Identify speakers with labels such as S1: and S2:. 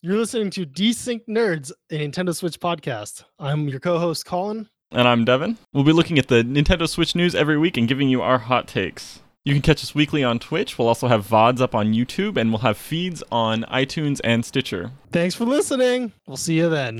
S1: You're listening to Desync Nerds, a Nintendo Switch podcast. I'm your co-host Colin.
S2: And I'm Devin. We'll be looking at the Nintendo Switch news every week and giving you our hot takes. You can catch us weekly on Twitch. We'll also have VODs up on YouTube, and we'll have feeds on iTunes and Stitcher.
S1: Thanks for listening. We'll see you then.